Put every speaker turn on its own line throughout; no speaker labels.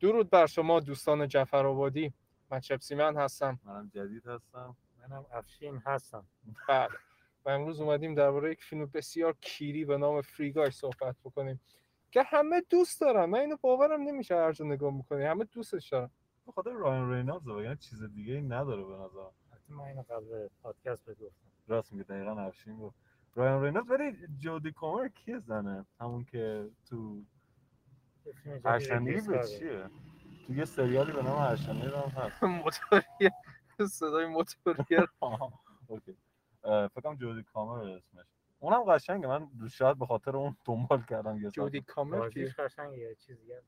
درود بر شما دوستان جعفرآبادی من چپسی من هستم
منم جدید هستم
منم افشین هستم
بله و امروز اومدیم درباره یک فیلم بسیار کیری به نام فریگای صحبت بکنیم که همه دوست دارن من اینو باورم نمیشه هر جا نگاه میکنی همه دوستش دارن
به خاطر رایان رینالدز وگرنه چیز دیگه ای نداره به نظرم
البته من اینو قبل پادکست بهت گفتم
راست میگه دقیقا افشین گفت رایان رینالدز ولی جودی کومر کیه زنه همون که تو
یه فیلم جدید
هرشنگی
ریلیز
به
کرده.
چیه تو یه سریالی به نام هرشنگی هم هست
موتوریه صدای موتوریه
آها، اوکی اه، فکر کنم جودی کامر اسمش اونم قشنگه من شاید به خاطر اون دنبال کردم یه
جودی
ساعت
کامر
بازیش
کی
قشنگه یه چیز دیگه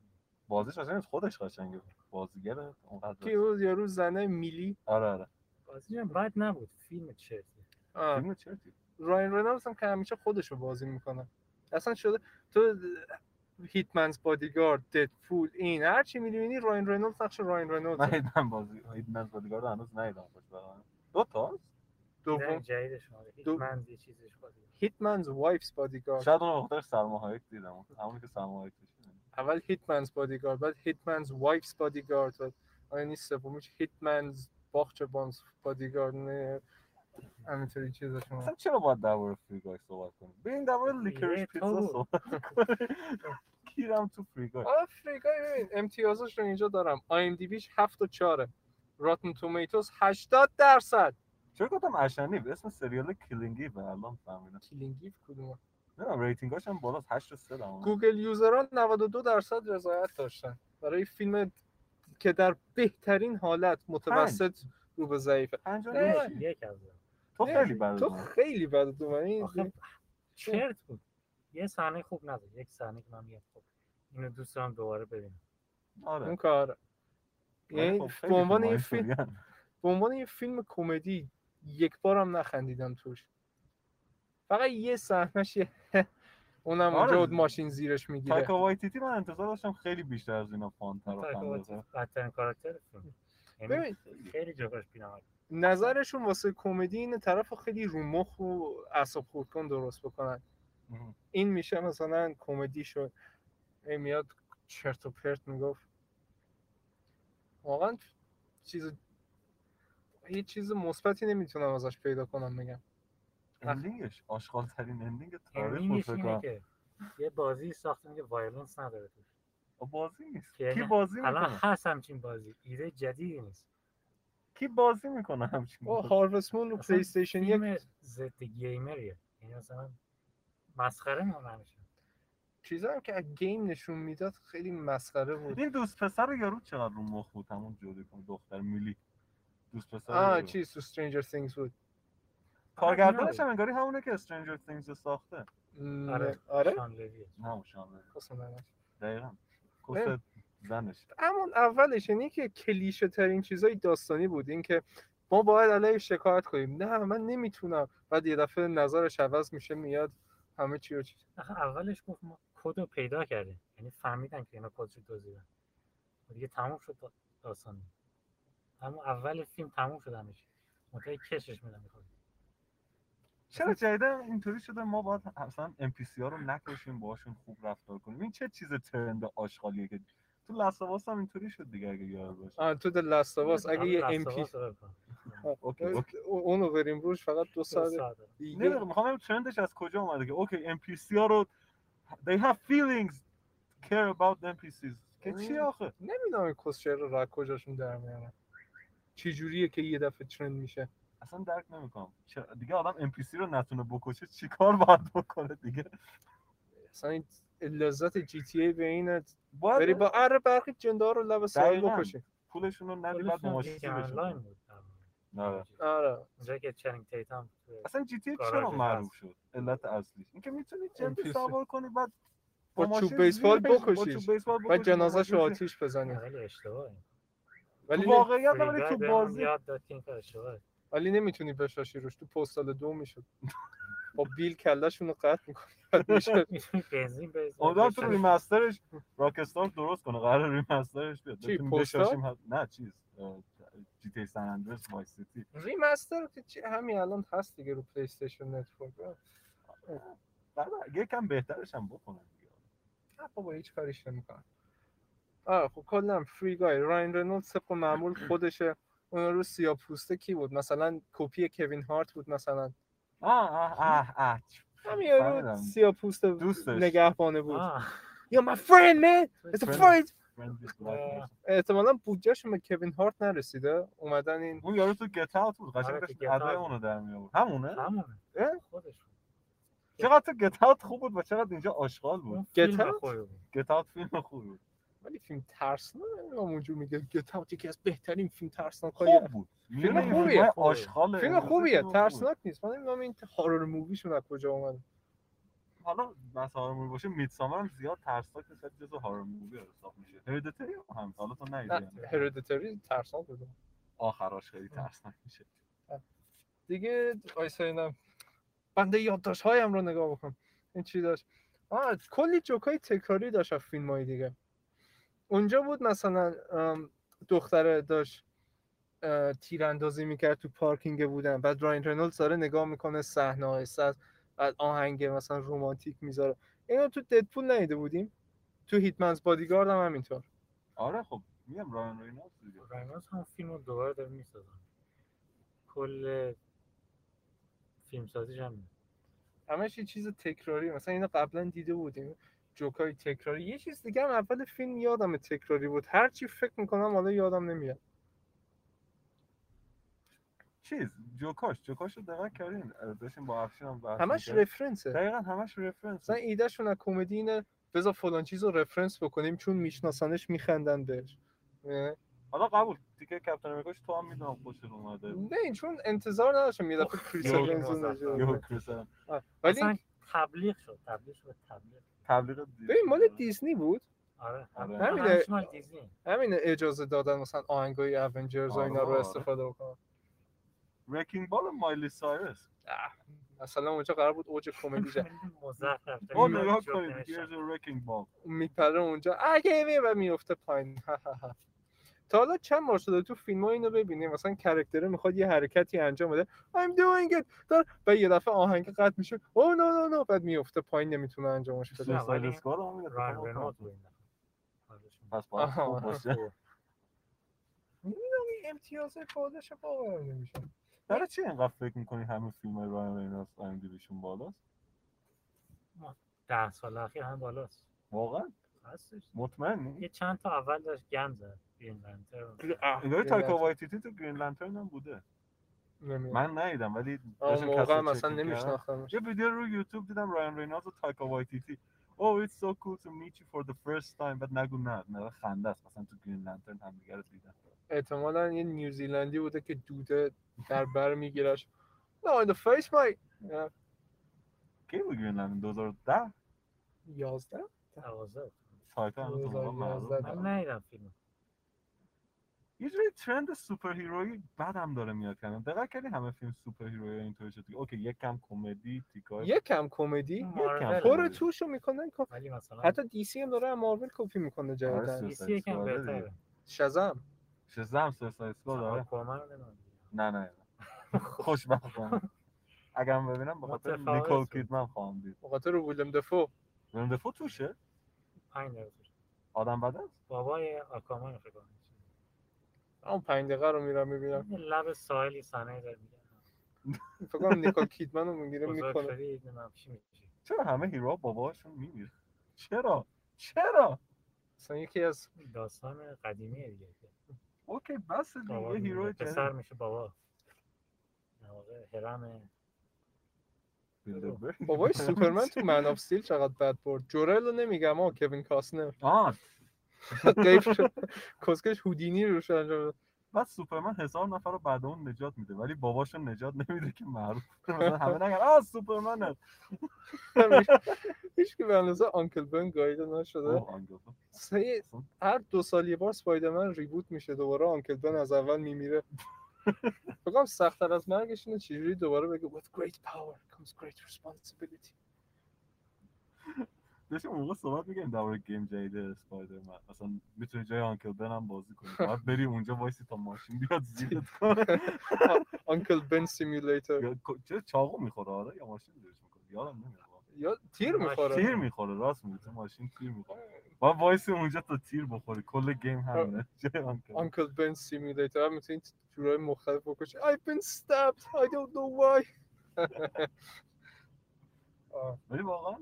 بازیش قشنگه خودش قشنگه بازیگر اونقدر
کی بود یارو زنه میلی
آره آره
بازیش هم بد نبود فیلم چرتی
آه.
فیلم چرتی
راین رینالدز هم که همیشه خودش رو بازی میکنه اصلا شده تو هیتمنز بادیگارد ددپول این هر چی میبینی راین رینالدز نقش راین
من
رینالدز
دیدم بازی دیدم بازیگر رو هنوز ندیدم خوش بخوام دو تا
نه،
دوم
جدید شما هیچ
دو-
من یه چیزش بازی
هیتمنز وایفز بادیگارد
شاید اون به خاطر سلما هایک دیدم همونی که سلما هایک توش بود.
اول هیتمنز بادیگارد بعد هیتمنز وایفز بادیگارد و آیا نیست سومیش هیتمنز باخچه بانز بادیگارد نه همینطوری چیزشون
اصلا چرا باید درباره فریگای صحبت کنیم بریم درباره لیکرش
یه
پیتزا
تو.
صحبت کنیم کیرم تو فریگای
آفریقای ببین امتیازش رو اینجا دارم آی ام دی بیش 7 و 4 راتن تومیتوز 80 درصد
چرا گفتم اشنیب اسم سریال کلینگی به الان فهمیدم
کلینگیف کدوم
نمیدونم ریتینگاش هم بالاست 8 و 3 دهم
گوگل یوزران 92 درصد رضایت داشتن برای فیلم که در بهترین حالت متوسط رو به ضعیفه
5
نه.
یک از اینا.
تو
نه،
خیلی بد
تو یعنی خیلی بد اومدی
آخه چرت بود یه صحنه خوب نبود یک صحنه که من میگم خب اینو دوست دارم دوباره ببینم
اون
آره
کار
ولی
یعنی
خب خیلی یعنی.
به عنوان یه
فیلم‌های
فیلم
سریال.
به عنوان یه فیلم کمدی یک بارم نخندیدم توش فقط یه صحنهش یه اونم
آره.
اونجا ماشین زیرش میگیره
تایکا وایتیتی من انتظار داشتم خیلی بیشتر از اینا فانتر و
تایکا
خنده‌دار.
وایتیتی بدترین کاراکتر فیلم یعنی
ببین
خیلی جاش بینمک
نظرشون واسه کمدی اینه طرف رو خیلی رو مخ و اعصاب خردکن درست بکنن
مهم.
این میشه مثلا کمدی شد این میاد چرت و پرت میگفت واقعا چیز هیچ چیز مثبتی نمیتونم ازش پیدا کنم میگم
اندینگش آشغال ترین اندینگ
آره،
تاریخ بود
همینش
فکر
اینه
کنم.
که یه بازی ساختم که وایلنس نداره توش
بازی نیست
که
کی
نه.
بازی
الان
میکنه
هست همچین بازی ایده جدیدی نیست
کی بازی میکنه همچین
با
بازی؟
هاروست مون رو
اصلا
پلی استیشن یک
فیلم ضد گیمریه یعنی مثلا مسخره میمونه همیشه
چیزا هم که از گیم نشون میداد خیلی مسخره بود
این دوست پسر یارو چقدر رو مخ بود همون جوری کن دختر میلی دوست پسر
آه
یارو.
چیز تو استرینجر سینگز بود
کارگردانش هم انگاری همونه که استرنجر تینگز ساخته
م،
آره
آره
شان لویه.
نه مشان
کس نداره.
دقیقا
نه.
کس زنش
همون اولش یعنی که کلیشه ترین چیزای داستانی بود اینکه ما باید علیه شکایت کنیم نه من نمیتونم بعد یه دفعه نظرش عوض میشه میاد همه چی رو چی
آخه اولش گفت ما کد رو پیدا کردیم یعنی فهمیدن که اینا کدش رو دزدیدن و خب دیگه تموم شد دا- داستان اما اول فیلم تموم شد همش منتهی کشش میدن میخواد
چرا جدیدا اینطوری شده ما باید مثلا ام پی ها رو نکشیم باشون خوب رفتار کنیم این چه چیز ترند آشغالیه که تو لسواس هم اینطوری شد دیگه اگه یاد باشه
آه، تو دل لاستاواس اگه یه ام پی
اوکی اوکی
اونو بریم روش فقط دو ساعت دیگه
نمیدونم میخوام ببینم ترندش از کجا اومده که اوکی ام پی ها رو they have feelings care about ام که چی آخه
نمیدونم این کسچر رو را کجاشون در میارن چی جوریه که یه دفعه ترند میشه
اصلا درک نمیکنم دیگه آدم ام پی رو نتونه بکشه چیکار باید بکنه دیگه
اصلا این لذت جی تی ای به اینه بری
باید
با اره برخی جنده رو لب ساحل
دقیقاً.
بکشی
پولشون رو ندی بعد ماشین
آنلاین
بشه
بود
آره.
آره
اونجا که چنینگ تیتم توی
اصلا جی تی
گاراژ
چرا
هست.
معروف شد علت اصلیش اینکه میتونی
NPC.
جنبی سوار کنی بعد
با
ماشین
چوب بیسبال
زیرش، با
بکشیش.
چوب بیسبال
و
بکشی، با
جنازش رو
ماشین زیر-
آتیش بزنی
خب،
خیلی اشتباهه
ولی
تو
نه-
واقعیت ولی
فریگای
تو
بهمون
بازی
یاد داد که این کار اشتباهه
ولی نمیتونی بشاشی روش تو پستال دو میشد با بیل کلشون رو قطع
می‌تونی
میکنه
بنزین بریزی
امیدوارم تو ریمسترش راکستار درست کنه قرار ریمسترش بیاد
چی،
بتونیم
پستا؟
بشاشیم هم- نه چیز جی تی سان اندرس وایس سیتی
ریمستر که چی- همین الان هست دیگه رو پلی استیشن نتورک
بعد یکم بهترش هم بکنن دیگه
نه بابا هیچ کاریش نمیکنن آره خب کلا فری گای راین رنولد طبق معمول خودشه اون رو سیاه پوسته کی بود مثلا کپی کوین هارت بود مثلا
آه آه آه آه
همین یارو
فهمیدم.
سیاه پوست
دوستش.
نگهبانه بود
آه،
یا my friend man it's a
Friend.
friend
Friend with black person.
احتمالا بودجهشون به کوین هارت نرسیده اومدن این
اون یارو تو گت اوت بود
آره،
قشنگ
تو
داشت
Get
ادای
Out.
اونو در می آورد همونه
همونه
اه؟
خودش بود.
چقدر تو گت اوت خوب بود و چقدر اینجا آشغال
اون
بود
فیلم
Out؟
خوبی بود.
گت اوت فیلم خوب بود
ولی فیلم ترسناک نمیدونم اونجور میگه گت اوت یکی از بهترین فیلم ترسناک های
خوب بود
خب، فیلم
می‌بینی
خوبیه.
فیلم‌های
خوبه.
آشغاله.
فیلم
امروز
خوبیه
فیلم خوبه.
ترسناک نیست من نمیدونم این هارور موویشون از کجا اومد
حالا مثلا مووی باشه میدسامر هم زیاد ترسناک نیست ولی جزو هارر مووی حساب میشه هردتری هم همین حالا تو ندیدی
نه
یعنی.
هرودیتری ترسناک بود
آخراش خیلی ترسناک میشه
دیگه آیسا اینم بنده یادداشت هایم رو نگاه بکن این چی داشت آه کلی جوک های تکراری داشت از فیلم های دیگه اونجا بود مثلا ام، دختره داشت اه، تیراندازی میکرد تو پارکینگ بودن بعد راین رنولدز داره نگاه میکنه صحنه های سر بعد آهنگ مثلا رومانتیک میذاره اینو تو ددپول ندیده بودیم تو هیتمنز بادیگارد هم همینطور
آره خب میگم رایان رینالدز دیگه
رایموند هم فیلم رو دوباره داره میسازن کل فیلم سازیش هم
همش یه چیز تکراری مثلا اینو قبلا دیده بودیم جوکای تکراری یه چیز دیگه هم اول فیلم یادم تکراری بود هر چی فکر میکنم حالا یادم نمیاد
چیز جوکاش جوکاش رو دقت کردین داشتیم با افشین هم بحث
همش
می‌کردیم.
رفرنسه
دقیقا همش رفرنس
مثلا ایدهشون از کمدی اینه بذار فلان چیز رو رفرنس بکنیم چون میشناسنش میخندن بهش اه.
حالا قبول تیکه کاپیتان امریکاش تو هم میدونم خوشت اومده
نه این چون انتظار نداشتم یه دفعه کریس
یهو
اونز رو
موفق.
نجات
یهو
بده.
کریس هم.
آه. ولی
اصلا تبلیغ شد تبلیغ شد تبلیغ
تبلیغ
ببین مال
دیزنی.
دیزنی بود
آره
آره.
آره.
نمی‌ده.
همش مال دیزنی
همین اجازه دادن مثلا آهنگای اونجرز و اینا رو
آره.
استفاده بکنن
رکینگ بال مایلی سایرس
اه. مثلا اونجا قرار بود اوج کمدی جا
مزخرف داره.
ما
یه
نگاه
جوک
کنید
نوشتم.
گیرز رکینگ بال
میپره اونجا اگه می و میفته پایین تا حالا چند بار شده تو فیلم ها اینو ببینیم مثلا کرکتره میخواد یه حرکتی انجام بده I'm doing it دار و یه دفعه آهنگ قطع میشه او نو نو نو بعد میفته پایین نمیتونه انجامش بده
نه، ولی
سویساید اسکواد هم این اتفاق
رایان
افتاد.
رنالد بود این دفعه. آره، شما.
پس باید
آها.
خوب باشه
امتیاز کادش باور نمیشه
برای چی اینقدر فکر میکنی همه فیلم های رایان رینالدز آی ام دی بیشون بالاست
ده سال اخیر هم بالاست
واقعا
هستش
مطمئنی
یه چند تا اول داشت گم زد گرین لانترن.
انگار تایکا وایتیتی تو گرین لانترن هم بوده
من
من ندیدم ولی
اون
داشتم کسی
موقع
رو
مثلا
چک می‌کردم.
نمیشناختم
یه ویدیو رو یوتیوب دیدم رایان رینالدز و تایکا وایتیتی Oh it's so cool to meet you for the first time بعد نگو نه نه خنده است مثلا تو گرین لانترن همدیگه رو دیدن
احتمالا یه نیوزیلندی بوده که دوده در بر میگیرش نه in the face mate اه،
کی بود گرین لانترن 2010
11
دوازده.
تایکا هنوز اون موقع
2011
معروف نبود.
من ندیدم فیلمو
یه جوری ترند سوپر هیرویی بعدم داره میاد کردن دقت کردی همه فیلم سوپر هیرویی اینطوری شد دیگه. اوکی یک کم کمدی تیکای
یکم کمدی
مارول.
پر توش رو میکنن کپ-
ولی مثلا
حتی دی سی هم داره از مارول کپی میکنه جدیدن
آره.
DC یکم
آره دیگه.
بهتره
شزم
شزم سویساید اسکواد آره
آکوامان رو نمی‌دونم.
نه نه نه. خوشبختانه اگرم ببینم به خاطر
متفاوت
نیکول
بود.
کیدمن خواهم دید
بخاطر رو ویلم دفو
رندفو توشه
پنج دقیقه طول کشید.
آدم بد است
بابای آکوامان رو فکر کنم.
اون پنج دقیقه رو میرم میبینم
یه لب ساحلی صحنه داره میگه
فکر کنم نیکول کیدمن رو میگیره
بزرگ
میکنه
شدی نمی‌دونم چی می‌شی.
چرا همه هیرو باباشون میمیره چرا چرا
مثلا یکی از
داستان قدیمی دیگه
اوکی بس
بابا
دیگه هیرو
می‌میره، پسر
جدید
میشه بابا در واقع هرم
بیلدربرگ.
بابای سوپرمن تو من آف سیل چقدر بد برد جورل رو نمیگم آه کوین کاستنر
آه
دیو کسکش هودینی روش انجام داد.
بعد سوپرمن هزار نفر رو بعد اون نجات میده ولی باباشو نجات نمیده که معروف مثلا همه نگن آه سوپرمنه
هیچ که به اندازه آنکل بن گایده نشده
اوه، آنگلو.
سه- هر دو سال یه بار سپایدرمن ریبوت میشه دوباره آنکل بن از اول میمیره بگم سختتر از مرگش اینه چجوری دوباره بگه with great power comes great responsibility
داشتیم اون موقع صحبت میگیم درباره گیم جدید اسپایدرمن اصلا میتونی جای آنکل بن هم بازی کنی باید بری اونجا وایسی تا ماشین بیاد زیرت کنه
Uncle Ben Simulator
یا کو- چه چاقو میخوره آره یا ماشین زیرش میکنه یادم نمیاد واقعا.
یا تیر میخوره
تیر میخوره راست میگی تو ماشین تیر میخوره باید وایسی اونجا تا تیر بخوری کل گیم همینه جای آنکل بن.
Uncle Ben Simulator هم میتونی جورای مختلف بکشی I've been stabbed I don't know why آه،
ولی واقعا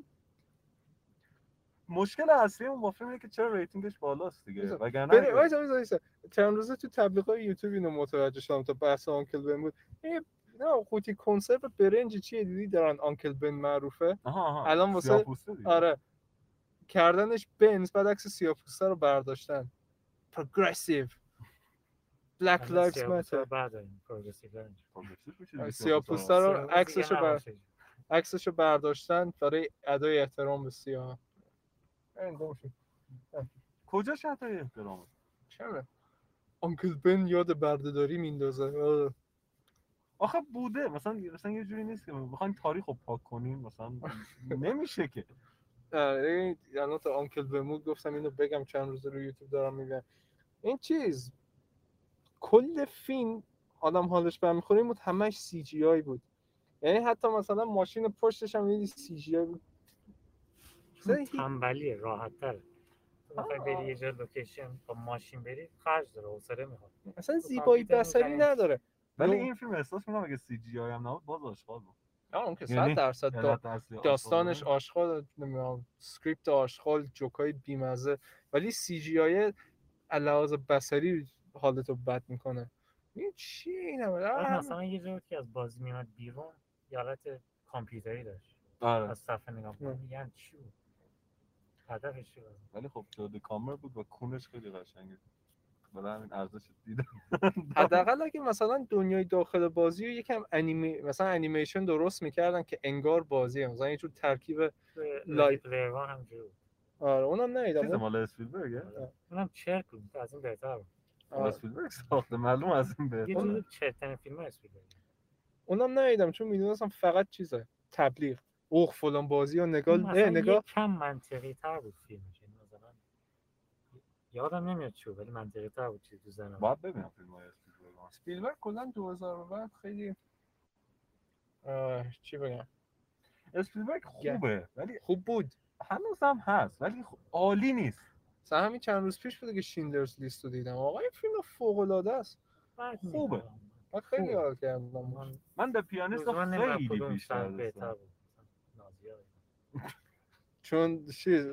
مشکل اصلی اون با فیلم اینه که چرا ریتینگش بالاست دیگه
بذار.
وگرنه
بریم
اگه-
وایسا، وایسا، وایسا. چند روزه تو تبلیغ های یوتیوب اینو متوجه شدم تا بحث آنکل بن بود این نه قوطی کنسرو برنج چیه دیدی دارن آنکل بن معروفه
آها، آها.
الان واسه-
سیاه‌پوسته دیگه.
آره کردنش بنز بعد عکس سیاپوسته رو برداشتن پروگرسیو بلاک
آره،
لایفز ماتر
پروگرسیو میشه
آره،
دیگه
سیاه‌پوسته رو- عکسشو بر-
بر
عکسش رو برداشتن برای ادای احترام به سیاه
کجا شرط احترامه
چرا آنکل بن یاد بردهداری میندازه آره.
آخه بوده مثلا مثلا یه جوری نیست که بخوایم تاریخ رو پاک کنیم مثلا نمیشه که
آره، این الان تا آنکل بمود گفتم اینو بگم چند روز رو یوتیوب دارم میگم این چیز کل فیلم آدم حالش برمیخوره این بود همش سی جی آی بود یعنی حتی مثلا ماشین پشتش هم یه سی جی آی بود مثلا هی-
تنبلیه راحت تر میخوای
آه.
بری یه جا لوکیشن با ماشین بری خرج داره حوصله میخواد
اصلا زیبایی
کامپیوتر
بصری
می‌زنی.
نداره
ولی
نو.
این فیلم احساس میکنم اگه سی جی آی هم نبود باز آشغال بود
نه اون که
یعنی
صد درصد دا-
علت اصلی آشغال
داستانش
بودن.
آشغال نمیدونم سکریپت آشغال جوکای بیمزه ولی سی جی آی لحاظ بصری حالتو بد میکنه این چی این همه؟ آه،
بعد
همه-
مثلا یه جایی که از بازی میمد بیرون یه حالت کامپیوتری داشت
آره
از صفحه نگاه
نه.
کنم میگن چی بود هدفش چی بود
ولی خب جاده کامر بود و کونش خیلی قشنگه برای همین ارزش دیدم
حداقل اگه مثلا دنیای داخل بازی رو یکم انیمی مثلا انیمیشن درست میکردن که انگار بازیه مثلا یه جور ترکیب
لای
لایف.
پلیر وان هم جور
آره اونم
چیز
ندیدم
مال
آره.
اسپیلبرگه
اونم چرک بود از این بهتر بود
مال اسپیلبرگ ساخته معلوم از این
یه
بهتره
جور چرتن فیلم ها اسمی بود
اونم ندیدم چون میدونستم فقط چیزه تبلیغ اوخ فلان بازی و نگاه
اون مثلا
نه نگاه
یه کم منطقی تر بود فیلمش یعنی مثلا یادم نمیاد چی بود، ولی منطقی تر بود چیزی تو ذهنم
باید ببینم فیلم های اسپیلبرگ رو.
اسپیلبرگ کلا 2000 به بعد خیلی آه، چی بگم
اسپیلبرگ خوبه ولی
خوب بود
هنوز هم هست ولی خب عالی نیست
مثلا همین چند روز پیش بوده که شیندلرز لیست رو دیدم آقا این فیلم فوق العاده است
بعد
خوبه.
می‌دونم.
من خیلی
خوبه.
حال کردم
من
من در پیانیست
لزوما
رو
نمی‌دونم
خیلی
کدوم
بیشتر
سبک
دوست
بهتر
دارم.
بود مثلا نازی‌ها بود.
چون چیز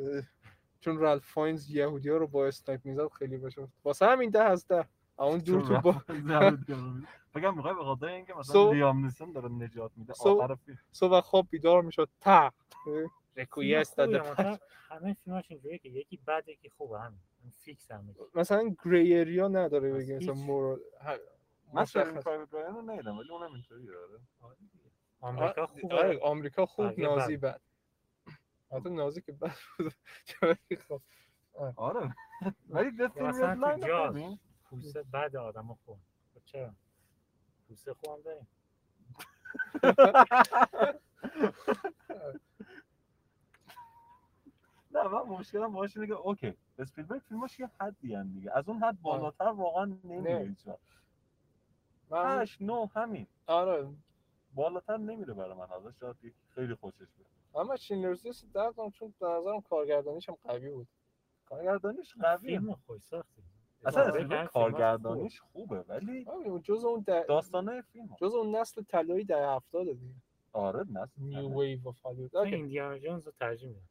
چون رالف فاینز یهودی ها رو با اسنایپ میزد خیلی بشه واسه همین ده از ده اما اون دور
چون
تو با
رفت زمین پیانو. بگم میخوای به خاطر اینکه مثلا
So-
ریام نیسون داره نجات میده
So-
آخر فیلم
صبح خواب بیدار میشد تا
فیلم
رکویست
خوبیه،
داده
مثلا همه فیلماش اینجوریه که یکی بده یکی خوبه همین این فیکس همه چی.
مثلا گری اریا نداره بگی
هیچ.
مثلا مورال هر-
من سرین
مشخص.
پرایوت رایان رو ندیدم ولی اونم اینطوری آره
آمریکا
آ-
خوبه بله.
آره، آمریکا خوب
بقیه
نازی
بد.
بد حتی نازی که بد بود ولی خب،
آره ولی The
یا
Furious
مثلا
Line
تو
رو
جاز
ببین.
کوسه بعد آدم خوب خب چرا کوسه خوب هم داریم
نه من مشکلم باهاش اینه که اوکی اسپیلبرگ فیلماش یه حدی هم دیگه از اون حد بالاتر واقعا نمیره
نه.
هیچ وقت.
من
هشت نه همین
آره
بالاتر نمیره برای من ازش شاید یکی خیلی خوشش بیاد
اما شینلرز لیست دردم چون به نظرم کارگردانیش هم قوی بود
کارگردانیش قویه
فیلم خوش ساخته
اصلا
آره،
اسپیلبرگ
eh.
کارگردانیش خوبه ولی
همین، جز آره، اون ده...
داستانه فیلم
جز اون نسل طلایی در هفتاد دیگه
آره نه
نیو
نه.
ویو اف هالیوود
ایندیانا جونز رو ترجیح میدم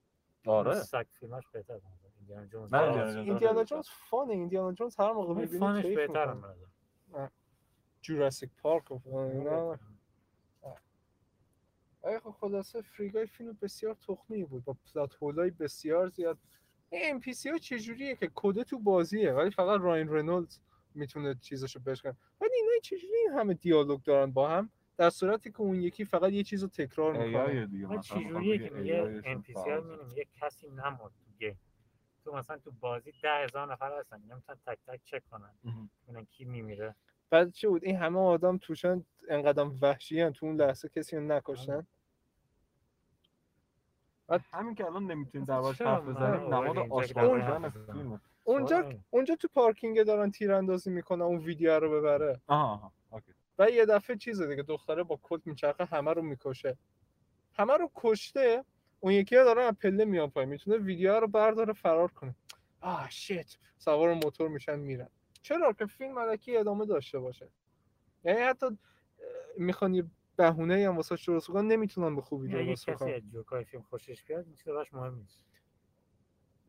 آره
سگ فیلماش بهتر بود ایندیانا جونز
من
آره.
ایندیانا جونز.
ایندیانا جونز فانه ایندیانا جونز هر موقع
اون
میبینی
فانش
کیف
بهتر هم
میکنه
بنظرم.
جوراسیک پارک و فلان
اون
اینا
بهتره.
ولی خب خلاصه فریگای فیلم بسیار تخمی بود با پلات هولای بسیار زیاد ام پی سی ها چجوریه که کده تو بازیه ولی فقط راین رنولدز میتونه چیزاشو بشکنه ولی اینا چجوری این همه دیالوگ دارن با هم در صورتی که اون یکی فقط یه چیز رو تکرار میکنه
AI دیگه
من
مثلا می‌خوام
چجوریه که
بگه
میگه
AI شون
NPC ها
فعال شد.
می‌بینیم، یه کسی نمرد تو گیم تو مثلا تو بازی ده هزار نفر هستن نمیتونن تک تک چک کنن
مهم.
ببینن کی میمیره
بعد چی بود این همه آدم توشن انقدام وحشی هن. تو اون لحظه کسی رو نکشتن
همین که الان نمیتونیم دربارش
چرا
حرف
من
بزنیم
آوردی
نماد
اینجا
آشغال
که
اون-
بودن
دربارش حرف بزنم؟
فیلمه
آره.
اونجا اونجا تو پارکینگ دارن تیراندازی میکنن اون ویدیو رو ببره
آها آها اوکی
و یه دفعه چیزه دیگه دختره با کت میچرخه همه رو میکشه همه رو کشته اون یکی ها داره از پله میان پایین میتونه ویدیو رو برداره فرار کنه آه شیت سوار موتور میشن میرن چرا که فیلم علکی ادامه داشته باشه یعنی حتی میخوان یه بهونه هم واسه درست کنن نمیتونن به خوبی
یا یه
درست
کسی
کنن
از جوکای فیلم خوشش بیاد این چیز براش مهم نیست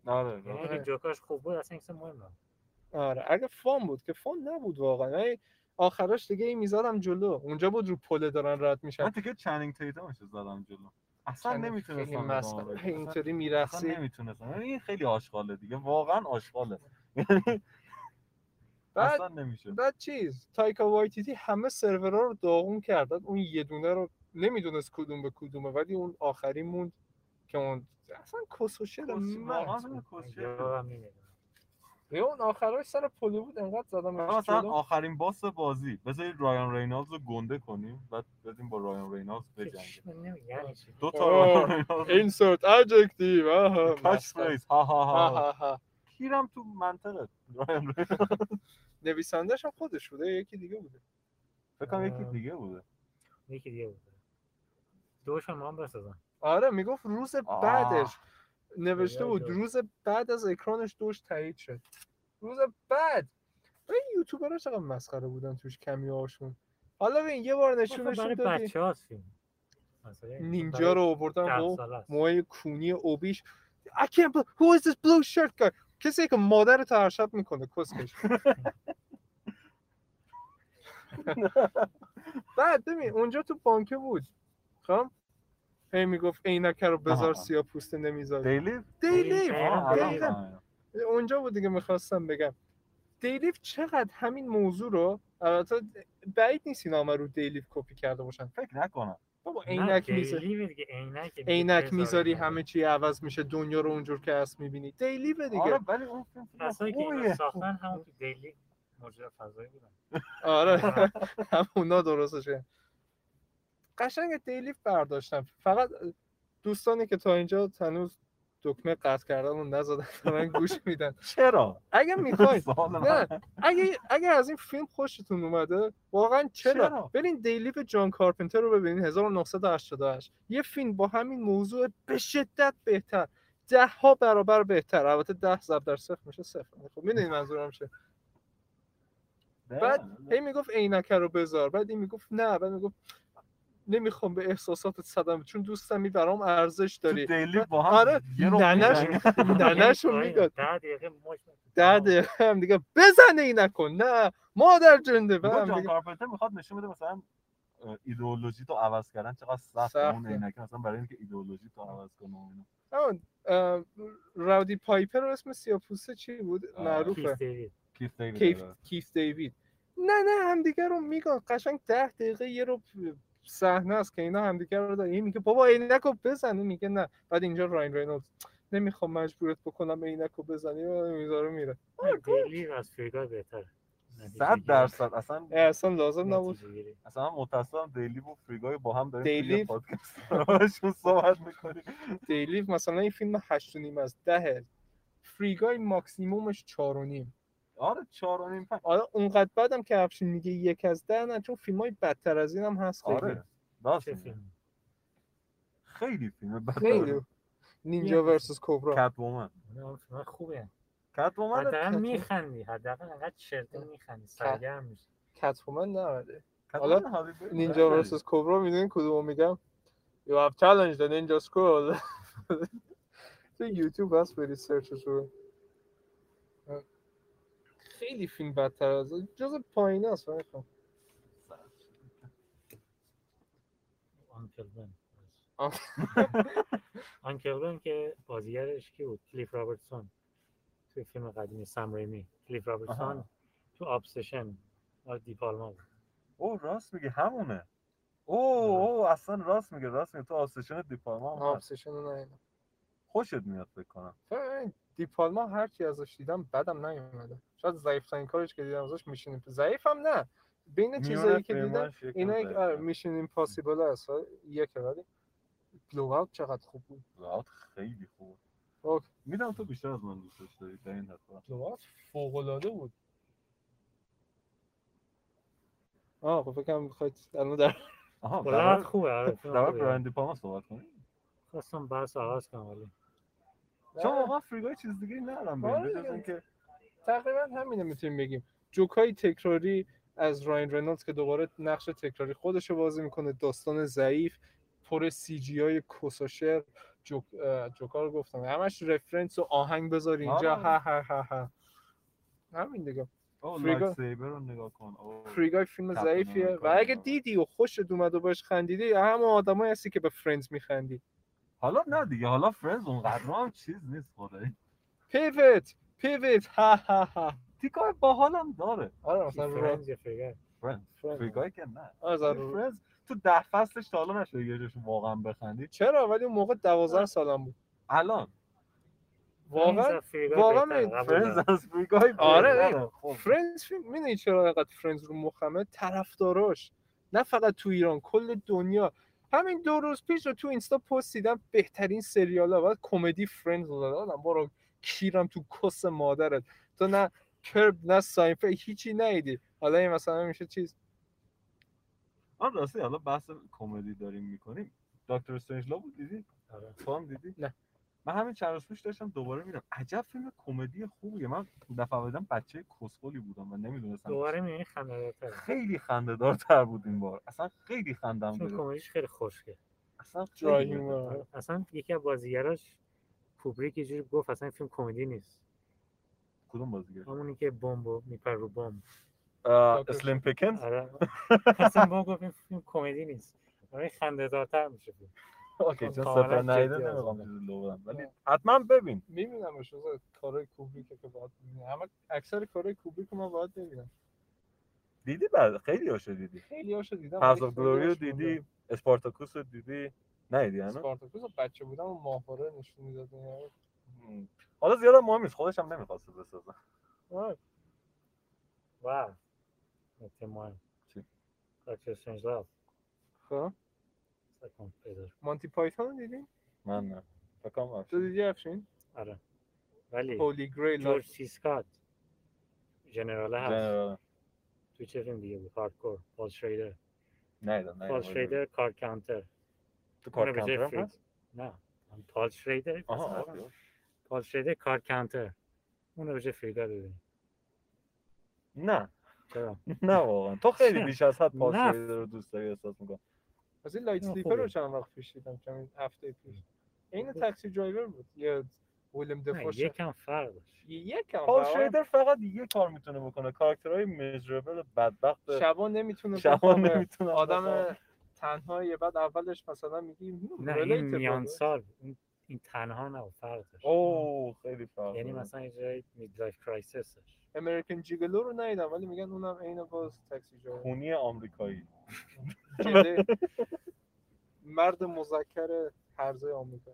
آره خب،
یعنی
راست.
اگه جوکاش خوب بود اصلا این چیز یعنی مهم نبود
آره اگه فان بود که فان نبود واقعا یعنی آخرش دیگه این میزادم جلو اونجا بود رو پله دارن رد
من
میشن یعنی
تیکه چنینگ تیتمش رو زدم جلو اصلا
خیلی
نمیتونستم
مسخره.
ادامه بدم. اصلا-
اینطوری
اصلا
میرخصی
نمیتونستم این خیلی آشغاله دیگه واقعا آشغاله یعنی
بعد
اصلا نمیشه
بعد چیز تایکا وایتیتی همه سرورها رو داغون کرد بعد اون یه دونه رو نمیدونست کدوم به کدومه ولی اون آخری موند که اون اصلا کسوشر
کس- واقعا
مرد
خیلی کسچه
یادم نمیاد.
یا اون آخراش سر پلو بود انقدر زدم
مثلا آخرین باس بازی بذارید رایان رینالدز رو گنده کنیم بعد بدیم با رایان رینالدز
چی-
بجنگه آره.
من نمی‌دونم یعنی چی.
دو تا
آه.
رایان رینالدز
اینسرت ادجکتیو آها
کاش
مسخره.
فریز ها ها ها, ها.
آهاها.
کیرم تو منطقه رایان رینالدز
نویسندش هم خودش بوده یکی دیگه بوده
فکر کنم یکی دیگه بوده
یکی دیگه بود دوش هم هم بسازن
آره میگفت روز
آه.
بعدش نوشته
خیلی
بود
عجب.
روز بعد از اکرانش دوش تایید شد روز بعد و این یوتیوبرها چقدر مسخره بودن توش هاشون حالا ببین یه بار
مثلا
نشونشون
خب، برای
دادی
بچه هاست فیلم مثلا این
نینجا
برای
رو آوردن خب؟
ده
و
ساله است.
موهای کونی اوبیش I can't believe who is this blue shirt guy کسی که مادر تو هر شب میکنه کسکش بعد ببین اونجا تو بانکه بود خب هی میگفت عینکه رو بذار
آها.
سیاه پوسته نمیذار
دیلیف
دیلیف
آه،
دیلیف
آره.
اونجا بود دیگه میخواستم بگم دیلیف چقدر همین موضوع رو البته بعید نیست این همه رو دیلیف کپی کرده باشن
فکر نکنم
بابا
نه،
عینک میذاری
دیلیوه دیگه عینک دیگه
عینک
بزاری
میذاری
نداره.
همه چی عوض میشه دنیا رو اونجور که هست میبینی دیلیو دیگه
آره ولی اون فیلم فیلم
کسایی که اینو
خوبیه
ساختن همون تو دیلی مجرد فضایی بودن
آره هم اونا درستشه قشنگ دیلیف برداشتم فقط دوستانی که تا اینجا هنوز دکمه قطع کردن و نزدن دارن گوش میدن
چرا
اگه میخواید
سوال من.
نه اگه اگه از این فیلم خوشتون اومده واقعا چرا,
چرا؟
برین دیلیف جان کارپنتر رو ببینید 1988 یه فیلم با همین موضوع به شدت بهتر ده ها برابر بهتر البته ده ضرب در صفر میشه صفر خب میدونید منظورم چیه
نه،
بعد
نه.
هی میگفت عینکه رو بذار بعد این میگفت نه بعد میگفت نمیخوام به احساساتت صدم چون دوستمی برام ارزش
تو
داری
دیلیف با هم
آره
یه رو
ننش
می‌زنی.
ننش رو
آره،
میداد
ده دقیقه مش
ده دقیقه هم دیگه بزنه این نکن نه مادر جنده و
انگار
هم
جان
دیگه
کارپنتر میخواد نشون بده مثلا اه، ایدئولوژی تو عوض کردن چقدر سخت اون
سخته.
عینکه مثلا برای اینکه ایدئولوژی تو عوض کنه و اینا.
همون، اه، راودی پایپر اسم سیاپوسته چی بود
آه.
معروفه
کیسته
کیف دیوید
کیف
آره.
کیف دیوید نه نه همدیگه رو میگن قشنگ ده دقیقه یه رو صحنه است که اینا همدیگه رو دارن این میگه بابا عینکو بزن اون میگه نه بعد اینجا راین رینولدز نمیخوام مجبورت بکنم عینکو بزنی و میذاره میره
دیلی از فریگاه بهتره نتیجه
صد
گیری.
درصد اصلا
اه، اصلا لازم نبود
نتیجه گیری.
اصلا من متاسفم دیلیف و فریگای با هم داریم توی یه
دیلیف.
پادکست راهشون صحبت میکنیم
دیلیف مثلا این فیلم 8 و نیم از دهه فریگای ماکسیمومش 4 و نیم
آره چهار و نیم پنج
آره اونقدر بعدم که افشین میگه یک از ده نه چون فیلم های بدتر از این هم هست خیلی
آره راست
چه
میگی.
فیلم
خیلی فیلم بد
خیلی نینجا ورسس کوبرا
کت وومن
نه، اون فیلم خوبه
کت وومن
حداقل
کتون.
میخندی حداقل انقدر چرته میخندی سرگرم میشی
کتومن نرده
کت
حالا
وومن هالیوود
نینجا
نه.
ورسس کوبرا میدونین کدومو میگم You have challenged the ninja scroll تو یوتیوب هست برید سرچش رو خیلی فیلم بدتر از اون. جز پایین هست ولی خب.
آنکل بن
آه.
آنکل بن که بازیگرش کی بود کلیف رابرتسون توی فیلم قدیمی سم ریمی کلیف رابرتسون
آها.
تو آبسشن آره دیپالما بود
او راست میگه همونه او
آره.
او اصلا راست میگه راست میگه تو آسشن دیپارما هم هست.
آبسشن رو ندیدم.
خوشت میاد فکر کنم
فعلا دیپالما هرچی ازش دیدم بدم نیومده شاید ضعیف ترین کارش که دیدم ازش میشینه ضعیفم نه بین چیزایی که دیدم
پیمانش یک
اینا یک
نفر.
آره، میشن ایمپاسیبل هست آره، یکه ولی بلو اوت چقدر خوب بود
راحت خیلی خوب
اوه،
میدم تو بیشتر از من دوستش داری در این حد
بلو اوت فوق العاده بود آه خب فکرم میخواید الان در خب،
آها
بلند
در
خوبه آره فیلم
واقع
خوبه.
برندی پاما صحبت کنیم
خواستم بحث رو عوض کنم ولی
چون واقعا فریگای چیز دیگه ندارم
آره
ببین
دیگه.
جز اینکه
تقریبا همینه میتونیم بگیم جوکای تکراری از راین رنولدز که دوباره نقش تکراری خودش رو بازی میکنه داستان ضعیف پر سی جی های کساشر جوک... اه، جوکا رو گفتم همش رفرنس و آهنگ بذار اینجا ها
آره.
ها ها ها همین دیگه
آه
فریگا-
لایت سیبر رو نگاه کن آه.
فریگای فیلم
تقریباً
ضعیفیه
همین
و اگه
کارو
دیدی و خوشت اومد و باش خندیدی همه آدمایی هستی که به فرندز میخندی
حالا نه دیگه حالا فرنز اونقدر هم چیز نیست خوره
پیوت پیوت ها ها ها
تیکای باحال هم داره
آره
چی،
مثلا رو
فرنز یا فریگر؟
فرنز
فرندز.
فریگایی که نه
آره، مثلا رو-
فرنز تو ده فصلش تا حالا نشده یه جاش واقعا بخندی
چرا ولی اون موقع 12 سالم بود
الان
فرنز
واقعا
از فریگر
واقعاً
بهتره، قبول
فرنز
دارم.
از فریگای
آره،
بهتره. خب.
فرندز فیلم میدونی چرا اینقدر فرندز رو مخمه طرفداراش نه فقط تو ایران کل دنیا همین دو روز پیش رو تو اینستا پست دیدم بهترین سریال ها بعد کمدی فرندز رو دادم برو کیرم تو کس مادرت تو نه کرب نه ساینفه هیچی نیدی حالا این مثلا میشه چیز
آن راستی حالا بحث کمدی داریم میکنیم دکتر استرنج بود دیدی
آره.
تو هم دیدی
نه.
من همین چند روز پیش داشتم دوباره میرم عجب فیلم کمدی خوبیه من دفعه بعدم بچه کسخلی بودم و نمیدونستم
دوباره میبینی خنده‌دارتره
خیلی خنده دارتر بود این بار اصلا خیلی خندم
چون
گرفت
کمدیش خیلی خوشگه
اصلا
جای
خیلی
هیومر.
بهتر.
اصلا یکی از بازیگراش کوبریک یه جوری گفت اصلا این فیلم کمدی نیست
کدوم بازیگر
همونی که بمبو میپر رو بمب
آه،
دکتر
اسلیم پکنز
آره اصلا ما گفتیم فیلم کمدی نیست برای خنده دارتر میشه فیلم.
اوکی چون
کاملا
سفر
جدی
ندیده
هستم.
نمیخوام چیزی لو بدم ولی
نه.
حتما ببین
میبینم کارهای کوبریک که باید می‌بینم. همه اکثر کارهای کوبریک رو من باید ببینم
دیدی بعد خیلی هاشو دیدی
خیلی هاشو دیدم
هاوس
ولی
آف
خیلی
گلوری رو
هاش موندم.
دیدی یعنی؟ اسپارتاکوس رو دیدی ندیدی هنوز
اسپارتاکوس رو بچه بودم و ماهواره نشون میدادن
مم. حالا زیادم مهم نیست خودش هم نمیخواست بسازه
واو نکته مهم
چی؟
دکتر استرنجلاو
خب
سعی کن پیدا کنم.
مانتی پایتون رو دیدین؟
من نه فکرم
تو
افشین
دیدی افشین؟
آره ولی
هولی گریل
جورج سی اسکات جنرال هست
جنرال
تو چه فیلم دیگه بود هاردکور پال شریدر
ندیدم
پال
ندیدم
شریدر کار کانتر
تو کار
اونو به جای
کانتر هم
فریز-
هست؟
نه هم پال شریدر
آها
اصلا.
آره.
پال شریدر کار کانتر اونو به جای فریگر ببینیم
نه
چرا
نه واقعا تو خیلی
چه؟
بیش از حد پاس
نه.
رو دوست داری احساس میکنم
از این لایت
نه،
سلیپر
خوبه.
رو چند وقت پیش دیدم چند هفته پیش این تاکسی درایور بود یه ویلم
نه
دفاع
یکم فرق داشت
یکم
پال
واقعاً
شریدر فقط یه کار میتونه بکنه کاراکترهای مزربل بدبخت
شبا نمیتونه
شما
بخوابه.
نمیتونه
آدم تنهاییه بعد اولش مثلا میگی
نه این میان سال اون- این تنها نه فرق داشت
اوه خیلی فرق
یعنی
داره.
مثلا یه جای میدلایف کرایسیس داشت
امریکن جیگلو رو ندیدم ولی میگن اونم عین باز تاکسی درایور
خونی آمریکایی
جده مرد مذکر هرزه آمریکا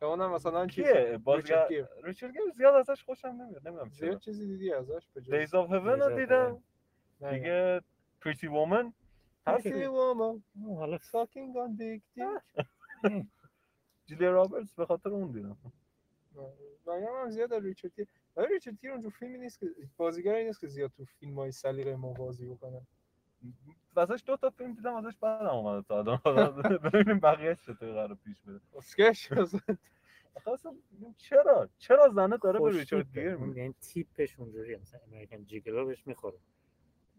که اونم مثلا چیز
کیه بازیگر
ریچارد گیر.
ریچارد گیر زیاد ازش خوشم نمیاد نمیدونم
زیاد
چرا
چیزی دیدی ازش به جز
دیز اف هیون
Days
رو
of آره.
دیدم
نه، نه.
دیگه پریتی وومن هستی
Pretty woman,
اون حالا
sucking on big dick.
جیلی رابرتس به خاطر اون دیدم
وگرنه هم زیاد از ریچارد گیر ولی ریچارد گیر اونجور فیلمی نیست که بازیگری نیست که زیاد تو فیلم های سلیقه ما بازی بکنه
ازش دو تا فیلم دیدم ازش بعدم اومده تا الان حالا ببینیم بقیه‌اش چطور قرار پیش بره
اسکش
آخه اصلا میگم چرا چرا زنه داره به
خوش
ریچارد
تیپه.
گیر
اون
میده
یعنی تیپش اونجوریه مثلا امریکن جیگلو بهش میخوره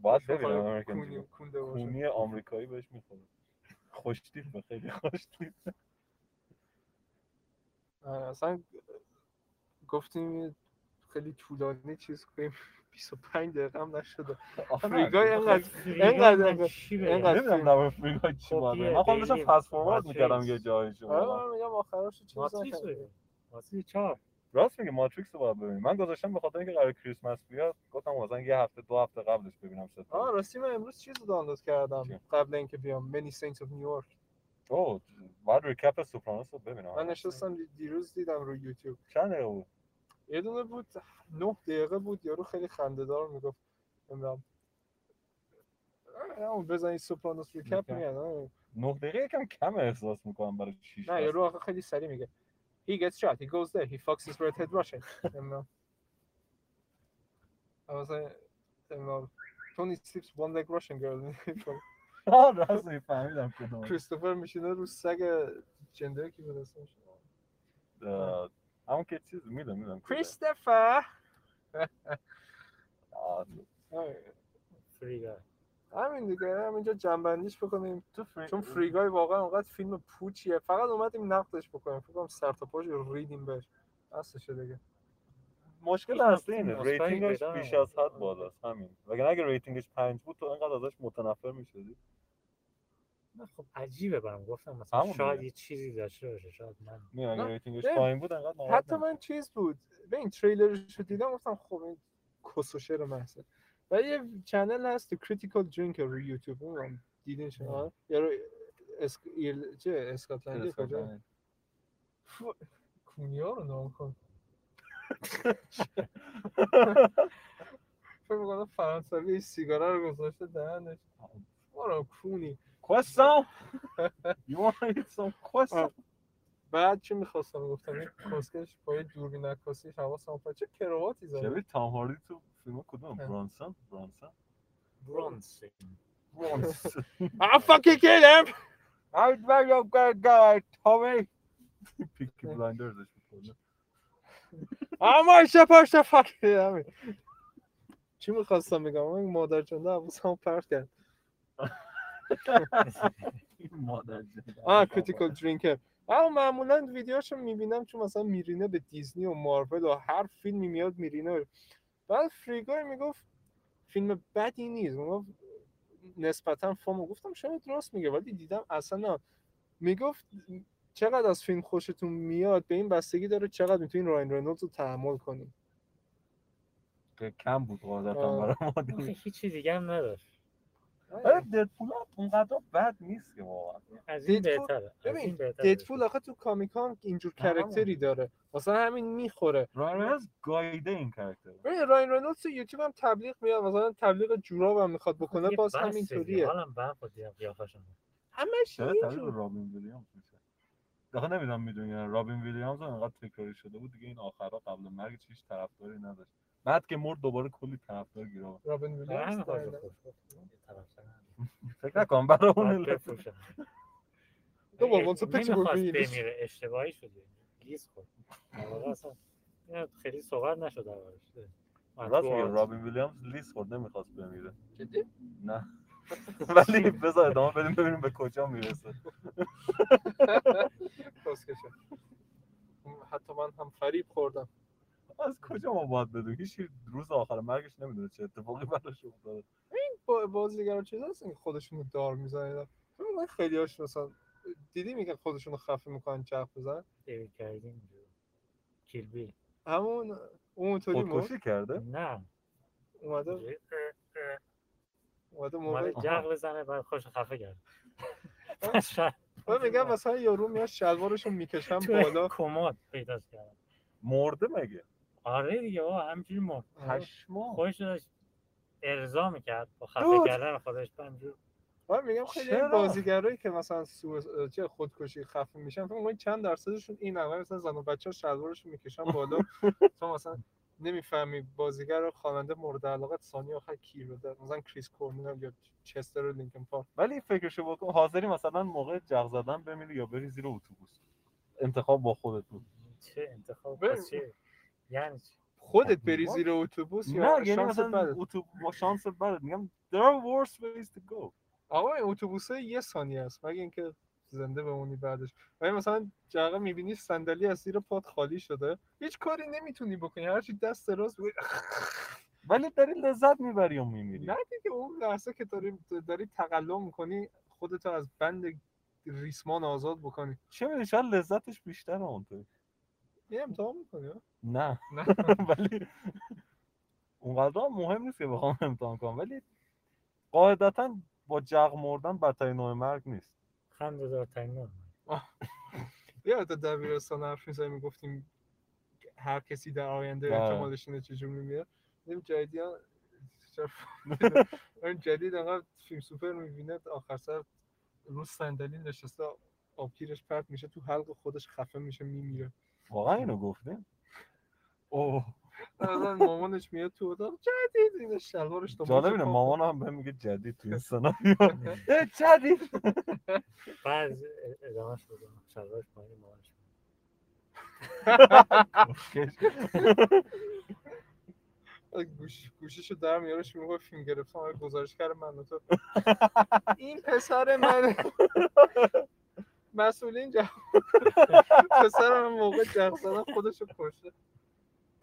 باید ببینم امریکن
کونی
جیگو.
کونده باشه
کونی آمریکایی بهش میخوره خوش تیپه، خیلی خوش تیپه.
آره، اصلا گفتیم خیلی طولانی چیز کنیم 25 دقیقه هم نشده آفریقا اینقدر اینقدر-
من چی بگم؟
اینقدر-
نمیدونم نباید فیلم چی
خب
باید
دیگه،
بگم. من خودم داشتم
دیلی،
فست فوروارد
ماتریس.
میکردم یه جایی
آره
شما
من میگم آخرش چیز
ماتریس
نکنیم.
بگم. ماتریس چهار
راست میگه ماتریکس رو باید ببینیم من گذاشتم به خاطر اینکه قرار کریسمس بیاد گفتم مثلا یه هفته دو هفته قبلش ببینم
آه
ستاره
راستی من امروز چیز رو دانلود کردم
چی؟
قبل اینکه بیام Many Saints of New York
اوه باید ریکپ سوپرانوس رو ببینم
من نشستم دی- دیروز دیدم رو یوتیوب
چند دقیقه بود
یه دونه بود نه دقیقه بود یارو خیلی خندهدار میگفت نمیدونم همون بزنید سوپرانوس ریکپ میگن آه.
نه دقیقه یکم کم احساس میکنم برای شیش
نه
فصل.
یارو آخه خیلی سری میگه he gets shot he goes there he fucks his redhead Russian نمیدونم. مثلا نمیدونم. Tony sleeps one leg Russian girl
آه، راست می‌گی، فهمیدم کدوم.
کریستوفر میشینه رو سگ جندر کی بود اسمش
آه، همون که چیز میدم میدم
کریستوفر
آه،
فری گای.
آره. همین دیگه همینجا جنبندیش بکنیم
تو فری...
چون فریگای واقعا اونقدر فیلم پوچیه فقط اومدیم نقدش بکنیم فکر کنم سر تا پاش رو ریدیم بهش بسشه دیگه
مشکل اصلی اینه
اسکاری
ریتینگش
پیدا
بیش
نمی‌کنه.
از حد بالاست همین وگرنه اگه ریتینگش پنج بود تو اینقدر ازش متنفر میشدی
نه، خب عجیبه برام گفتم مثلا
همون
شاید
دیگه.
یه چیزی داشته باشه شاید نه
میگم اگه
نه،
ریتینگش
نه.
پایین بود انقدر ناراحت
حتی من چیز بود به این تریلرش رو دیدم گفتم خب این کس و شعر محضه و یه چنل هست تو کریتیکال درینک رو یوتیوب نمی‌دونم دیدین شما یارو اس... ایرل... چه اسکاتلندی کجا
نمی‌کنه.
فو... کونیا رو نام کن فکر میکنم فرانسوی یه سیگاره رو گذاشته دهنش برو کونی
Croissant! You want to eat some croissant?
بعد چی میخواستم گفتم این کسکش با یه دوربین عکاسیش حواسم افتاد چه کرواتی زده
شبیه تام هاردی تو فیلم کدوم؟
نه.
برانسون؟ برانسون؟
برونز
برانسون
I fucking kill him
I swear you good guy, Tommy! پیکی بلایندرزش میکنه
I'm a shepherd the fucking همین. چی میخواستم بگم این مادر جنده حواسم پرت کرد
مادر
آه کریتیکال درینکر اما معمولا ویدیوهاشو میبینم چون مثلا میرینه به دیزنی و مارول و هر فیلمی میاد میرینه بعد فریگای میگفت فیلم بدی نیست میگفت نسبتا فامو گفتم شما درست میگه ولی دیدم اصلا نه. میگفت چقدر از فیلم خوشتون میاد به این بستگی داره چقدر میتونین راین رنولدز رو تحمل کنین
کم بود قاعدتا
آه.
برای ما دیگه.
هیچی خب، دیگه هم نداشت
آره ددپول هم اونقدر بد نیست که واقعا
از این
دیدپول-
بهتره از
ببین،
این بهتره.
دیدپول آخه تو کامیکان اینجور
تمام.
کرکتری داره مثلا همین میخوره
رایان رز گایده این کرکتر
ببین راین رنولدز تو یوتیوب هم تبلیغ میاد مثلا تبلیغ جوراب هم میخواد بکنه
یه
باز
بس دیگه.
همینطوریه
حالم برم خود دیدم قیافشون
همش
شاید طبیق
اینجور
رابین ویلیامز میشه آخه نمیدونم میدونی نه رابین ویلیامز هم انقدر تکراری شده بود دیگه این آخرا قبل مرگش هیچ طرفداری نداشت بعد که مرد دوباره کلی طرفدار گیر آورد
رابین
برای همین
ویلیامز
حال
دقیقاً.
خوش بود. یه طرفدار نداره.
فکر نکنم برای
باید
اون لحظه.
بفروشن.
دوباره
ای-
واسه پیچ
نمیخواست
بردی اینش.
بمیره اشتباهی شد گیز خورد در واقع اصلا نه، خیلی صحبت نشد در بارش
راست میگه رابین ویلیامز لیس خورد نمیخواست بمیره
جدی؟
نه ولی بذار ادامه بدیم ببینیم به کجا میرسه
کسکشه. حتی من هم فریب خوردم
از کجا ما باید بدون هیچ روز آخر مرگش نمیدونه چه اتفاقی براش افتاده
با بازیگرا چیز هستن که خودشون رو دار میزنن خیلی هاش مثلا دیدی میگن خودشون رو خفه میکنن چرخ بزن
دیوید کردیم کیل بیل
همون اونطوری مرد
خودکشی کرده
نه
اومده اومده موقع
اومده جغل بزنه بعد خوش خفه کرد پس شاید
من میگم مثلا یارو میاد شلوارشو میکشن
توی
بالا
کمد پیداش کردم
مرده مگه
آره دیگه آه همجوری مرد
پشما
خودش رو داشت ارضا میکرد با خفه
دود.
کردن خودش با همجور
من میگم خیلی این
چرا؟
بازیگرایی که مثلا سو... چه خودکشی خفه میشن فکر می‌کنی چند درصدشون این اول مثلا زن و بچه‌ها شلوارشون میکشن بالا تو مثلا نمیفهمی بازیگر و خواننده مورد علاقه ثانیه آخر کی رو داره مثلا کریس کورنل یا چستر لینکن پارک
ولی فکرشو بکن حاضری مثلا موقع جغ زدن بمیری یا بری زیر اتوبوس انتخاب با خودت بود
چه انتخاب
ببین.
پس چه یعنی چی؟
خودت بری زیر اتوبوس یا
خب، نه یعنی
شانس
مثلا
بعد
اتوب- با شانس بدت میگم there are worse ways to go
آقا این اتوبوسه یه ثانیه است مگه اینکه زنده بمونی بعدش ولی مثلا جرقه میبینی صندلی از زیر پات خالی شده هیچ کاری نمیتونی بکنی هرچی دست راست بگی،
ولی داری لذت میبری و میمیری
نه دیگه اون لحظه که داری داری تقلا میکنی خودتو از بند ریسمان آزاد بکنی
چه میدونی شاید لذتش بیشتر اونطوری
یه امتحان میکنی
نه
نه
ولی اونقدر هم مهم نیست که بخوام امتحان کنم ولی قاعدتا با جغ مردن بدترین نوع مرگ نیست
خنده دار تنگان
یادت دبیرستان حرف میزنی میگفتیم هر کسی در آینده
بله.
احتمالش اینه چه جمله میاد دیدیم جدیدی ها چرا اون جدید انقدر فیلم سوپر میبینه آخر سر رو صندلی نشسته آبگیرش پرت میشه تو حلق خودش خفه میشه میمیره
واقعا اینو گفته اوه
بعدن مامانش میاد تو اتاق جدید اینه شلوارش تو
جالب اینه مامان هم بهم میگه جدید تو این سناریو اه، جدید
بعد ادامهش بودم شلوارش پایین مامانش بود.
گوش گوشیشو در میاره شروع به فیلم گرفتن آره، گزارش کرده من و تو این پسر من مسئولین جواب پسر من موقع جرق زدن خودشو کشته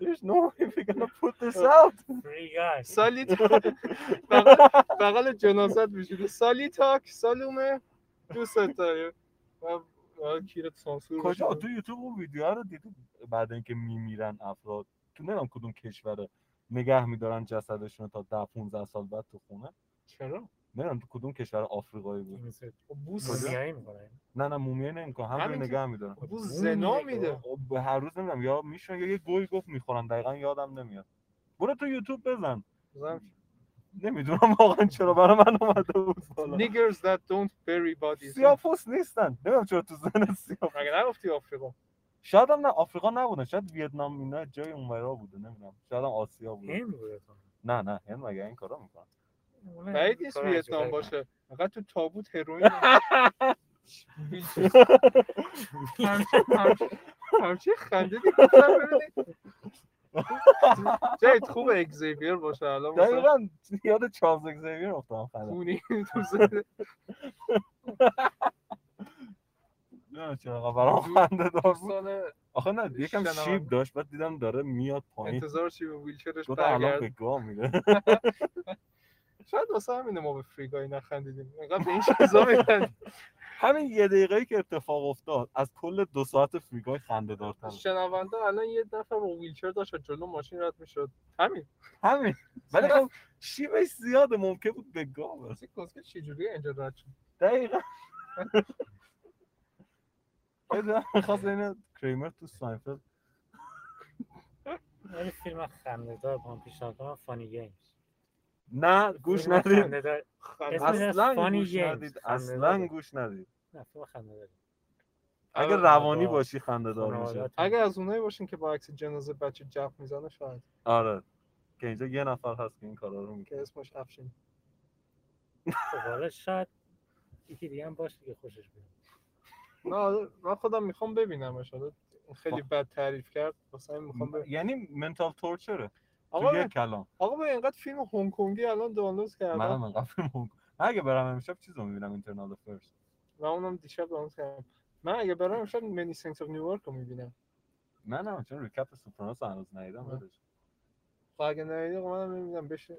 There's no way we're gonna put this out.
Free guy.
سالی تاک بغل, بغل جنازت میشده سالی تاک سالومه دوست داری و و کیرت سانسور
کجا
بشه.
تو یوتیوب اون ویدیوها رو دیدی بعد اینکه میمیرن افراد تو نمیدونم کدوم کشور نگه میدارن جسدشون رو تا 10 15 سال بعد تو خونه
چرا
نمیدونم تو کدوم کشور آفریقایی بود
این مثل
خب، بوس
موزیایی می‌کنه.
نه نه مومیه نمیکنه همین رو
همین که-
نگه میدارن
خب،
خب،
بوس زنا میده
به هر روز نمیدونم یا میشون یا یه گوی گفت میخورن دقیقا یادم نمیاد برو تو یوتیوب بزن
زن-
نمیدونم واقعا چرا برای من اومده بود بالا
Niggers that don't bury bodies
سیاپوس نیستن نمیدونم چرا تو زن سیاپوس
مگه نگفتی آفریقا
شاید هم نه آفریقا نبودن شاید ویتنام اینا جای اونورا بوده نمیدونم شاید هم آسیا بوده
هند بوده تا.
نه نه هند مگه این کارا میکنن
اون
بعید
این
نیست
کارا عجیب
ویتنام
غریب
باشه فقط تو تابوت هروئین همچه خنده دی گفتم ببینی جایت خوب اگزیویر باشه الان مثلا
دقیقا یاد چارلز اگزیویر افتادم خدا
کونی تو زده
نه چرا آقا، برام خنده دار بود
دوستان
آخه نه یکم
شنوم.
شیب داشت بعد دیدم داره میاد پایین
انتظار چی به ویلچرش
گفتم الان به
برگرد
گاه میره
شاید واسه همینه ما به فریگای نخندیدیم اینقدر به این چیزا میخندیم
همین یه دقیقه ای که اتفاق افتاد از کل دو ساعت فریگای خنده دارتر
شنونده الان یه نفر با ویلچر داشت از جلو ماشین رد میشد همین
همین ولی خب شیبش زیاده ممکن بود به گاه برسه.
این کسکه چجوری اینجا رد شد
دقیقا میخواست اینه کریمر تو ساینفیلد
بود. ولی فیلم خنده‌دار با هم پیشنهاد کنم فانی گیمز
نه گوش
فیلم
ندید
خنده‌دار-
خنده.
اسمش از
اصلا
Funny
گوش
Games.
ندید اصلا
خنده‌داره.
گوش ندید
نه، فیلم خنده‌داره.
آره.
اگه روانی باشی خنده دار میشه
خانواده‌تون.
اگه از اونایی باشین که با عکس جنازه بچه جف میزنه شاید
آره که اینجا یه نفر هست که این کارا رو
که
میکنه
اسمش افشین
خب، حالا شاید یکی دیگه هم باشه که خوشش بیاد
نه آره، من خودم میخوام ببینمش حالا خیلی
خب.
بد تعریف کرد واسه همین میخوام ببینم
یعنی منتال تورچره
آقا
تو یه
من-
کلام
آقا من اینقدر فیلم هنگ کنگی الان دانلود کردم
منم انقدر مهم. من اگه برم امشب چیز رو میبینم اینترنال فرست
و اونم دیشب دانلود کردم من اگه برم امشب منی سنس اف نیویورک رو میبینم
من هم چون ریکپ سوپرانوس رو هنوز ندیدم
آه.
بعدش.
و اگه ندیدی خب منم میبینم بشه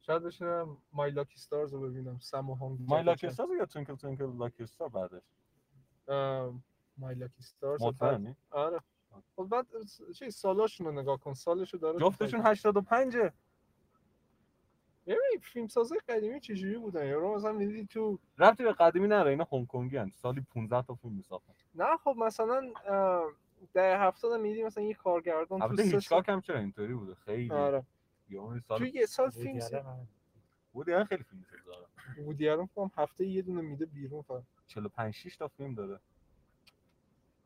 شاید بشینم مای لاکی ستارز رو ببینم سم و هانگ
مای لاکی استار یا توینکل توینکل لاکی استار بعدش
مای لاکی ستارز رو بعد-
مطمئنی
آره خب بعد س- چی سالاشون رو نگاه کن سالشو داره تو
جفتشون 85
ببین فیلمسازای قدیمی چجوری بودن یارو مثلا میدیدی تو
رفتی به قدیمی نداره اینا هنگ کنگی هن. سالی 15 تا فیلم میساختن
نه خب مثلا اه، ده هفتاد هم میدیدی مثلا یه کارگردان تو
البته
سه سال
هیچکاک هم چرا اینطوری بوده خیلی
آره
یعنی
تو
سال
یه سال
وودی
فیلم ساخت.
آلن هم.
بود یعنی خیلی فیلم داره
وودی آلن فکر کنم هفته یه دونه میده بیرون فقط
45 6 تا فیلم داره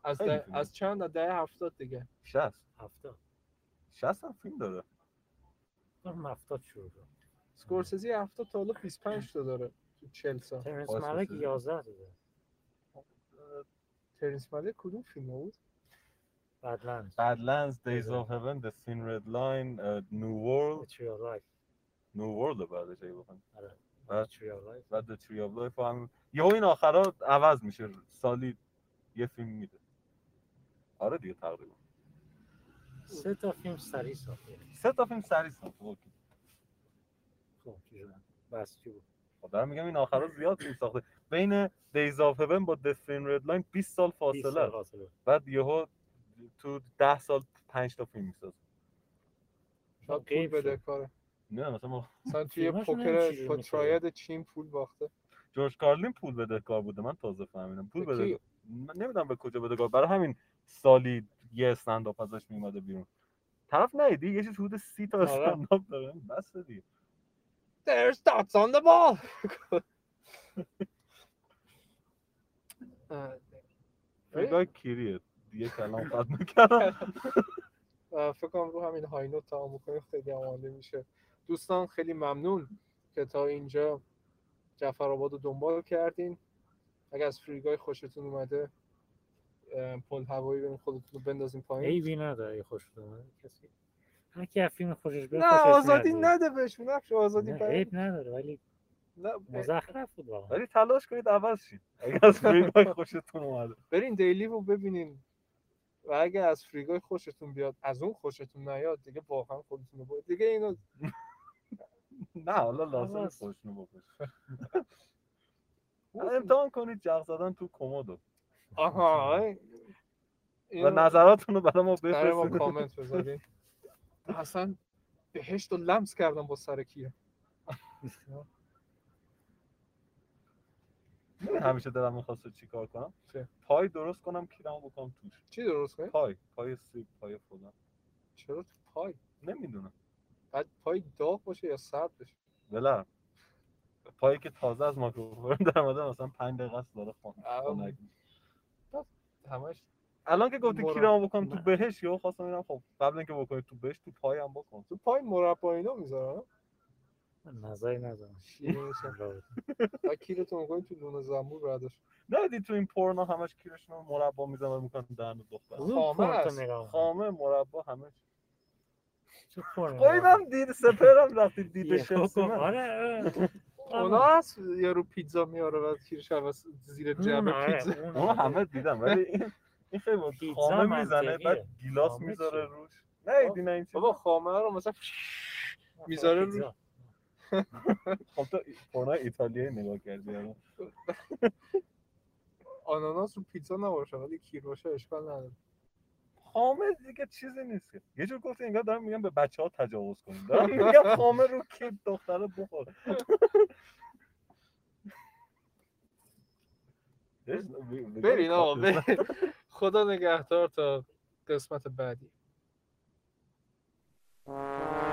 از
خیلی
ده-
فیلم.
از چند از ده هفتاد دیگه
60
هفتاد
60 هم فیلم داره
فیلم هفتاد شروع شد
سکورسزی هفتاد تا حالا 25 تا داره تو 40 سال
ترنس
آسپاسیان.
ملک 11 داده
ترنس مالیک کدوم فیلم بود
بدلند
Badlands Days of Heaven The Thin Red Line uh, New World
Tree of Life
New World بعدش اگه بخوام
آره
بعد-
Tree of Life
بعد The Tree of Life هم یهو این آخرا عوض میشه سالی یه فیلم میده آره دیگه تقریبا
سه تا فیلم سریع ساخته
سه تا فیلم سری ساخت اوکی.
خب چی شد؟ بس چی بود
خب دارم میگم این آخرا زیاد فیلم ساخته بین Days of Heaven با The Thin Red Line 20 سال
20
فاصله
سال
است.
فاصله
بعد یهو تو 10 سال 5 تا فیلم میسازه
شاید پول
غیب شد.
بده کاره
نه مثلا ما-
مثلا توی
فیلماشون نمی‌دونم
پوکر
چجوری
با
می‌سازن.
تراید چین پول باخته
جورج کارلین پول بدهکار بوده من تازه فهمیدم پول
به
بده من نمیدونم به کجا بدهکار برای همین سالی یه استنداپ ازش میومده بیرون طرف ندیدی یه چیز حدود سی تا
آره.
استنداپ داره بس دیگه
There's dots on the ball. اه،
نگاه کیریه دیگه کلام قد نکردم
اه، فکر کنم رو همین های نوت تمام کنیم خیلی آماده میشه دوستان خیلی ممنون که تا اینجا جعفر آباد رو دنبال کردین اگر از فریگای خوشتون اومده اه، پل هوایی بریم خودتون رو بندازین پایین
عیبی نداره اگه خوش اومد کسی هر کی از فیلم خوشش بیاد
نه
خوشش
آزادی
نیاد.
نده بهشون نقش آزادی
نه،
برای
عیب نداره ولی
نه،
مزخرف بود واقعا
ولی تلاش کنید عوض شید اگه از فیلمای خوشتون اومده
برین دیلی رو ببینین و اگه از فریگای خوشتون بیاد از اون خوشتون نیاد دیگه واقعا خودتون رو برید. دیگه اینو
نه حالا لازم
عوض.
خوشنو بکش
آره،
امتحان کنید جغ زدن تو کمدو
آها آره. اینو-
و نظراتونو برای ما
برای ما
بفرستید
کامنت بذارین اصلا بهشت رو لمس کردم با سر کیه
می‌دونی خب، همیشه دلم میخواست چیکار کنم
چه؟
پای درست کنم کیرم بکنم توش
چی درست کنی؟
پای پای سیب پای فلان
چرا تو پای
نمیدونم
بعد پای داغ باشه یا سرد بشه
بله پایی که تازه از مایکروفون در اومده مثلا 5 دقیقه است داره خون
آه.
خنک.
همش
الان که گفتی
مرا-
کیرم بکنم تو
نه.
بهش یا خواستم ببینم خب قبل اینکه بکنی تو بهش تو پایم بکن
تو پای مربا اینا میذارن
نظری ندارم
شیرین میشه و کیلتو میکنی تو دونه زنبور برداشت
ندیدی تو این پورنا همش کیرشون رو مربا میزنه و میکنن دهن دختر
خامه است.
نگاه
خامه مربا همش
کنم
قایمم دید سپرم وقتی دیده شمسی من
آره آره.
اونا هست یارو پیتزا میاره و کیرش عوض زیر
اون
جعبه
آره،
پیتزا
اون
اون
آره.
همه دیدم ولی این این خیلی بود.
پیتزا
خامه میزنه
منطقیه.
بعد گیلاس
خامه
میذاره
چیه؟
روش ندیدی نه این چیز
بابا خامه رو مثلا میذاره رو-
آره، پیتزا.
خب تو پورنا ایتالیایی نگاه کردی آره. الان.
آناناس رو پیتزا نباشه ولی کیر باشه اشکال نداره
خامه دیگه چیزی نیست که. یه جور گفتی انگار دارم میگم به بچه ها تجاوز کنیم دارم میگم خامه رو کی دختره بخوره
برین آقا برین خدا نگهدار تا قسمت بعدی